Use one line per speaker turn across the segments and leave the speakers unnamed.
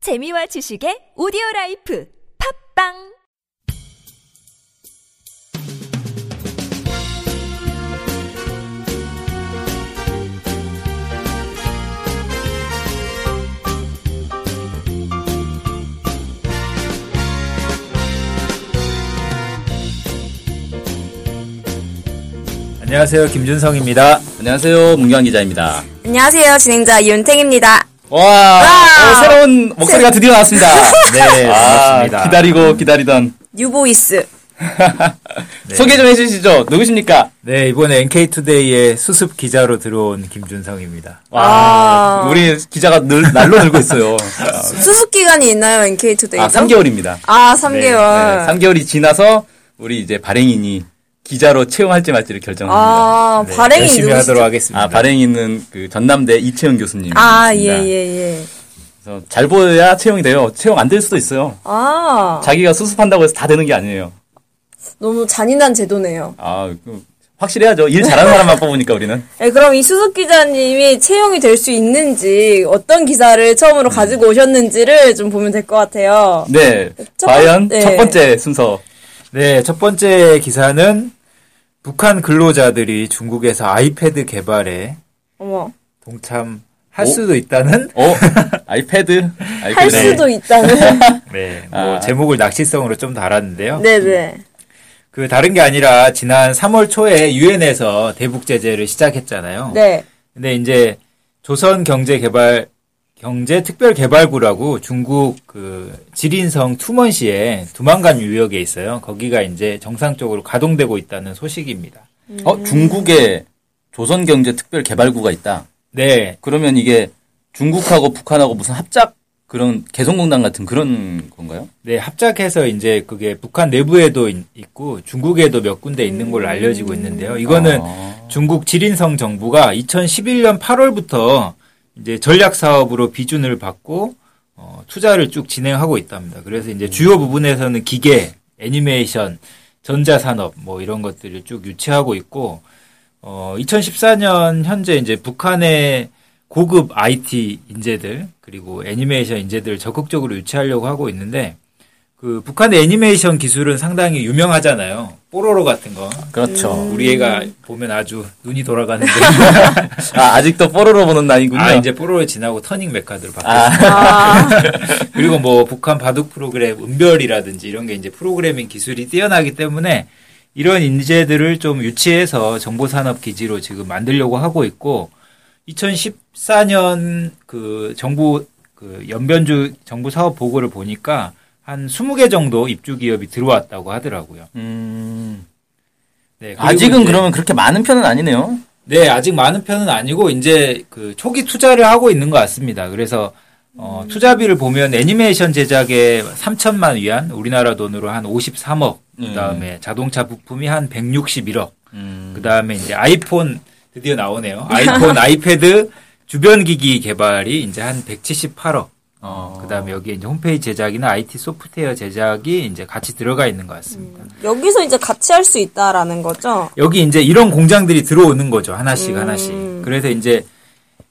재미와 지식의 오디오 라이프 팝빵
안녕하세요 김준성입니다.
안녕하세요, 문경환 기자입니다.
안녕하세요. 진행자 이윤택입니다.
와,
아,
어, 새로운 목소리가 드디어 나왔습니다.
네 반갑습니다.
아, 기다리고 기다리던
뉴보이스.
네. 소개 좀 해주시죠. 누구십니까?
네 이번에 NK투데이의 수습 기자로 들어온 김준성입니다.
아.
와, 우리 기자가 늘 날로 늘고 있어요.
수습 기간이 있나요? NK투데이가?
아, 3개월입니다. 네,
아, 네, 3개월.
3개월이 지나서 우리 이제 발행인이 기자로 채용할지 말지를 결정합니다.
아,
네,
발행이
열심히
누구시죠?
하도록 하겠습니다.
아, 발행인은 그 전남대 이채영 교수님.
아, 예, 예, 예.
그래서 잘 보여야 채용이 돼요. 채용 안 될 수도 있어요.
아,
자기가 수습한다고 해서 다 되는 게 아니에요.
너무 잔인한 제도네요.
아, 그 확실해야죠. 일 잘하는 사람만 뽑으니까 우리는.
예, 그럼 이 수습 기자님이 채용이 될 수 있는지, 어떤 기사를 처음으로 가지고 오셨는지를 좀 보면 될 것 같아요.
네.
첫
과연
번-
첫
네.
번째 순서.
네 첫 번째 기사는 북한 근로자들이 중국에서 아이패드 개발에
어머.
동참할
오?
수도 있다는
어? 아이패드? 아이패드.
할 수도 있다는.
네, 뭐
아.
제목을 낚시성으로 좀 달았는데요.
네네.
그 다른 게 아니라 지난 3월 초에 유엔에서 대북 제재를
어.
시작했잖아요.
네.
근데 이제 조선 경제 개발 경제 특별 개발구라고 중국 그 지린성 투먼시의 두만간 유역에 있어요. 거기가 이제 정상적으로 가동되고 있다는 소식입니다.
어, 중국에 조선경제특별개발구가 있다.
네,
그러면 이게 중국하고 북한하고 무슨 합작 그런 개성공단 같은 그런 건가요?
네 합작해서 이제 그게 북한 내부에도 인- 있고 중국에도 몇 군데 있는 걸로 알려지고 있는데요. 이거는
아.
중국 지린성 정부가 2011년 8월부터 이제 전략 사업으로 비준을 받고 어, 투자를 쭉 진행하고 있답니다. 그래서 이제 주요 부분에서는 기계, 애니메이션, 전자산업 뭐 이런 것들을 쭉 유치하고 있고 어, 2014년 현재 이제 북한의 고급 IT 인재들 그리고 애니메이션 인재들을 적극적으로 유치하려고 하고 있는데 그 북한의 애니메이션 기술은 상당히 유명하잖아요. 뽀로로 같은 거.
그렇죠.
음.
우리 애가 보면 아주 눈이 돌아가는데
아, 아직도 뽀로로 보는 나이군요.
아 이제 뽀로로 지나고 터닝 메카드로 바뀌었어요.
아,
아,
그리고 뭐 북한 바둑 프로그램 은별이라든지 이런 게 이제 프로그래밍 기술이 뛰어나기 때문에 이런 인재들을 좀 유치해서 정보산업 기지로 지금 만들려고 하고 있고 2014년 그 정부 그 연변주 정부 사업 보고를 보니까 한 20개 정도 입주 기업이 들어왔다고 하더라고요.
음,
네, 그리고
아직은
이제-
그러면 그렇게 많은 편은 아니네요.
네, 아직 많은 편은 아니고 이제 그 초기 투자를 하고 있는 것 같습니다. 그래서 어,
음.
투자비를 보면 애니메이션 제작에 3천만 위안, 우리나라 돈으로 한 53억,
네.
그다음에 자동차 부품이 한 161억,
음,
그다음에 이제 아이폰 드디어 나오네요. 아이폰, 아이패드 주변 기기 개발이 이제 한 178억.
어.
그다음에 여기에 이제 홈페이지 제작이나 IT 소프트웨어 제작이 이제 같이 들어가 있는 것 같습니다.
여기서 이제 같이 할 수 있다라는 거죠?
여기 이제 이런 공장들이 들어오는 거죠. 하나씩 하나씩. 그래서 이제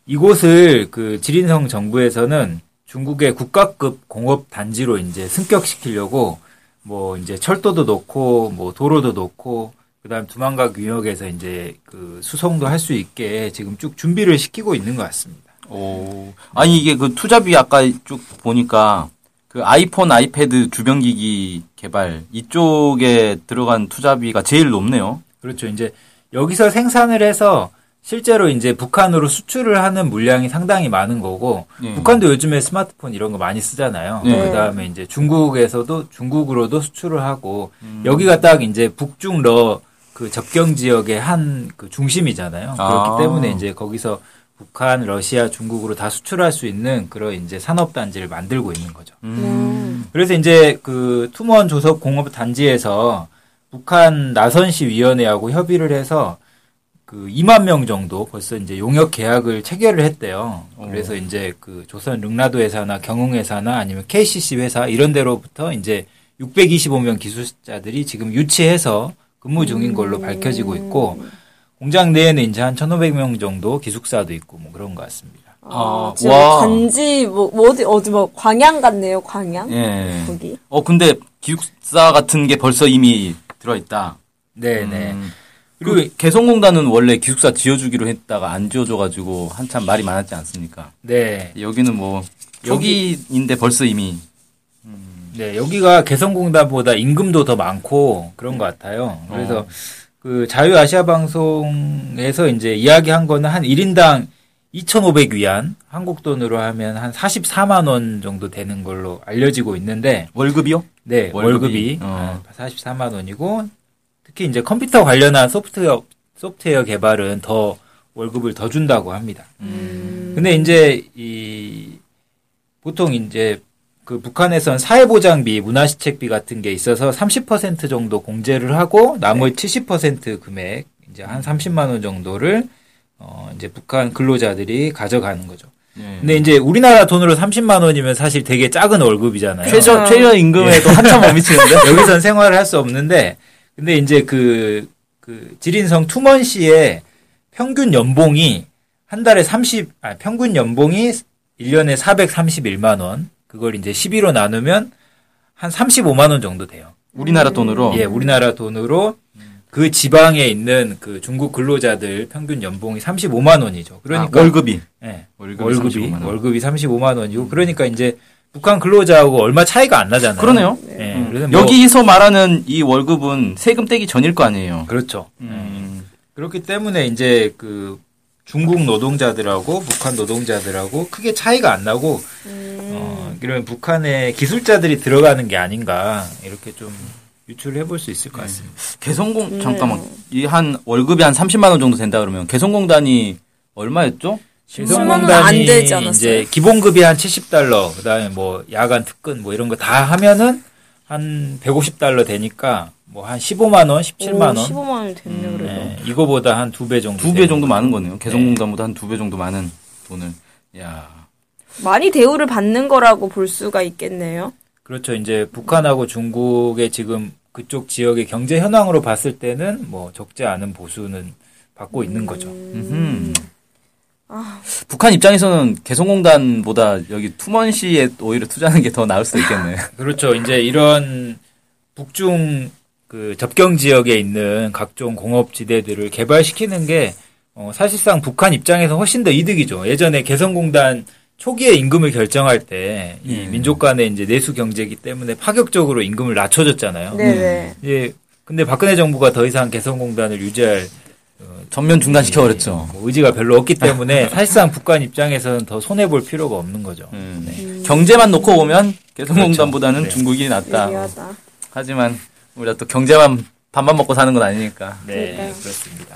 이곳을 그 지린성 정부에서는 중국의 국가급 공업 단지로 이제 승격시키려고 뭐 이제 철도도 놓고 뭐 도로도 놓고 그다음 두만각 유역에서 이제 그 수송도 할 수 있게 지금 쭉 준비를 시키고 있는 것 같습니다.
오. 아니 이게 그 투자비 아까 쭉 보니까 그 아이폰, 아이패드 주변 기기 개발 이쪽에 들어간 투자비가 제일 높네요.
그렇죠. 이제 여기서 생산을 해서 실제로 이제 북한으로 수출을 하는 물량이 상당히 많은 거고
예.
북한도 요즘에 스마트폰 이런 거 많이 쓰잖아요.
네.
그다음에 이제 중국에서도 중국으로도 수출을 하고
음.
여기가 딱 이제 북중러 그 접경 지역의 한 그 중심이잖아요.
아.
그렇기 때문에 이제 거기서 북한, 러시아, 중국으로 다 수출할 수 있는 그런 이제 산업 단지를 만들고 있는 거죠. 그래서 이제 그 투먼 조섭 공업 단지에서 북한 나선시 위원회하고 협의를 해서 그 2만 명 정도 벌써 이제 용역 계약을 체결을 했대요.
어.
그래서 이제 그 조선 릉라도 회사나 경흥 회사나 아니면 KCC 회사 이런 데로부터 이제 625명 기술자들이 지금 유치해서 근무 중인 걸로
음.
밝혀지고 있고 공장 내에는 이제 한 1,500명 정도 기숙사도 있고 뭐 그런 것 같습니다.
아,
지금
와.
간지 뭐, 뭐 어디 어디 뭐 광양 같네요. 광양
예.
거기.
어 근데 기숙사 같은 게 벌써 이미 들어있다.
네네.
음. 그리고 개성공단은 원래 기숙사 지어주기로 했다가 안 지어줘가지고 한참 말이 많았지 않습니까?
네.
여기는 뭐 초기인데 벌써 이미
네, 여기가 개성공단보다 임금도 더 많고 그런 것 같아요. 그래서 그 자유아시아 방송에서 이제 이야기한 거는 한 1인당 2,500위안, 한국 돈으로 하면 한 44만 원 정도 되는 걸로 알려지고 있는데
월급이요?
네, 월급이,
월급이, 어.
44만 원이고 특히 이제 컴퓨터 관련한 소프트웨어 소프트웨어 개발은 더 월급을 더 준다고 합니다.
음.
근데 이제 이 보통 이제 그 북한에선 사회보장비, 문화시책비 같은 게 있어서 30% 정도 공제를 하고
네.
나머지 70% 금액 이제 한 30만 원 정도를 어 이제 북한 근로자들이 가져가는 거죠.
네.
근데 이제 우리나라 돈으로 30만 원이면 사실 되게 작은 월급이잖아요.
최저 최저 임금에도 한참 못 미치는데.
여기선 생활을 할 수 없는데 근데 이제 그, 그 지린성 투먼 씨의 평균 연봉이 한 달에 30, 아, 평균 연봉이 1년에 431만 원. 그걸 이제 12로 나누면 한 35만 원 정도 돼요.
우리나라 돈으로.
예, 우리나라 돈으로 그 지방에 있는 그 중국 근로자들 평균 연봉이 35만 원이죠. 그러니까
아, 월급이.
예,
월급이
월급이
35만 원. 음.
월급이 35만 원이고 그러니까 이제 북한 근로자하고 얼마 차이가 안 나잖아요.
그러네요.
예,
음.
그래서 뭐-
여기서 말하는 이 월급은 세금 떼기 전일 거 아니에요.
그렇죠.
음.
그렇기 때문에 이제 그 중국 노동자들하고 북한 노동자들하고 크게 차이가 안 나고
음.
어, 이러면 북한의 기술자들이 들어가는 게 아닌가 이렇게 좀 유출을 해볼 수 있을 것
네.
같습니다.
음,
개성공 잠깐만 이 한 월급이 한 30만 원 정도 된다 그러면 개성공단이 얼마였죠?
십만 원은 안 되지 않았어요?
이제 기본급이 한 70달러, 그다음에 뭐 야간 특근 뭐 이런 거 다 하면은 한 150달러 되니까 뭐 한 15만 원, 17만 원.
15만 원이 됐네
음,
요 그래도.
네, 이거보다 한 두 배 정도.
두 배
되는
정도 많은 거네요. 개성공단보다 한 두 배 정도 많은 돈을. 야.
많이 대우를 받는 거라고 볼 수가 있겠네요.
그렇죠. 이제 북한하고 중국의 지금 그쪽 지역의 경제 현황으로 봤을 때는 뭐 적지 않은 보수는 받고 있는 거죠.
음.
아.
북한 입장에서는 개성공단보다 여기 투먼시에 오히려 투자하는 게 더 나을 수도 있겠네.
그렇죠. 이제 이런 북중 그 접경 지역에 있는 각종 공업 지대들을 개발시키는 게 어, 사실상 북한 입장에서 훨씬 더 이득이죠. 예전에 개성공단 초기에 임금을 결정할 때 이
예.
민족 간의 이제 내수 경제이기 때문에 파격적으로 임금을 낮춰줬잖아요.
음.
네네.
예. 근데 박근혜 정부가 더 이상 개성공단을 유지할
전면 중단시켜 버렸죠.
뭐 의지가 별로 없기 때문에 사실상 북한 입장에서는 더 손해 볼 필요가 없는 거죠.
음.
네.
경제만 놓고 보면 개성공단보다는
그렇죠. 네.
중국이 낫다.
미안하다.
하지만 우리가 또 경제만 밥만 먹고 사는 건 아니니까.
네,
그러니까요.
그렇습니다.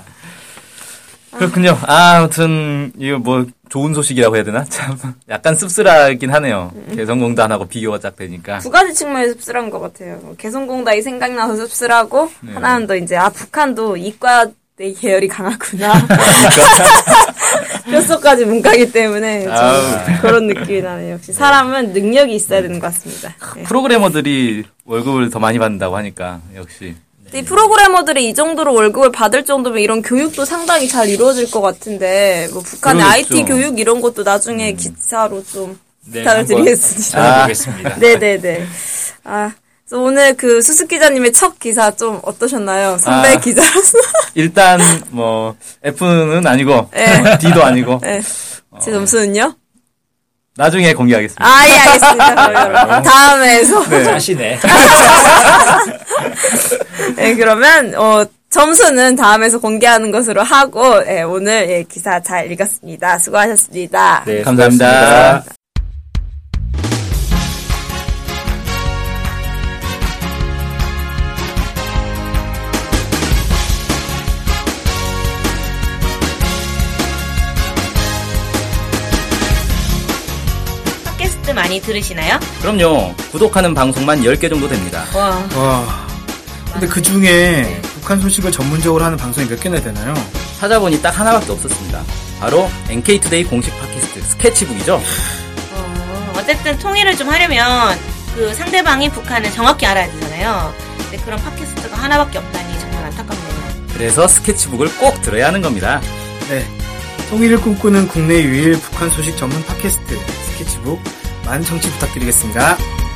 그렇군요. 아, 아무튼 이거 뭐 좋은 소식이라고 해야 되나? 참 약간 씁쓸하긴 하네요.
음.
개성공단하고 비교가 딱 되니까.
두 가지 측면에서 씁쓸한 것 같아요. 뭐 개성공단이 생각나서 씁쓸하고
네.
하나는 또 이제 아 북한도 이과 내 계열이 강하구나. 뼛속까지 문과기 때문에 좀
아우.
그런 느낌이 나네요. 역시 사람은 능력이 있어야 되는 것 같습니다. 네.
프로그래머들이 월급을 더 많이 받는다고 하니까 역시
이 프로그래머들이 이 정도로 월급을 받을 정도면 이런 교육도 상당히 잘 이루어질 것 같은데 뭐 북한의
그러겠죠. 음.
IT 교육 이런 것도 나중에 기사로 좀
네,
부탁을
한번
드리겠습니다.
찾아보겠습니다.
네네네. 아, 그래서 오늘 그 수습 기자님의 첫 기사 좀 어떠셨나요? 선배
아.
기자로서.
일단 뭐 F는 아니고 뭐
네.
D도 아니고
네. 제 점수는요?
나중에 공개하겠습니다.
아, 예, 알겠습니다. 그러면 다음에서.
짜시네.
네, 그러면, 어, 점수는 다음에서 공개하는 것으로 하고, 예, 오늘, 예, 기사 잘 읽었습니다. 수고하셨습니다.
네,
감사합니다.
수고하셨습니다.
팟캐스트 많이 들으시나요?
그럼요. 구독하는 방송만 10개 정도 됩니다.
와,
와. 근데 그 중에 북한 소식을 전문적으로 하는 방송이 몇 개나 되나요?
찾아보니 딱 하나밖에 없었습니다. 바로 NK투데이 공식 팟캐스트 스케치북이죠.
어, 어쨌든 통일을 좀 하려면 그 상대방이 북한을 정확히 알아야 되잖아요. 근데 그런 팟캐스트가 하나밖에 없다니 정말 안타깝네요.
그래서 스케치북을 꼭 들어야 하는 겁니다.
네.
통일을 꿈꾸는 국내 유일 북한 소식 전문 팟캐스트 스케치북 많은 청취 부탁드리겠습니다.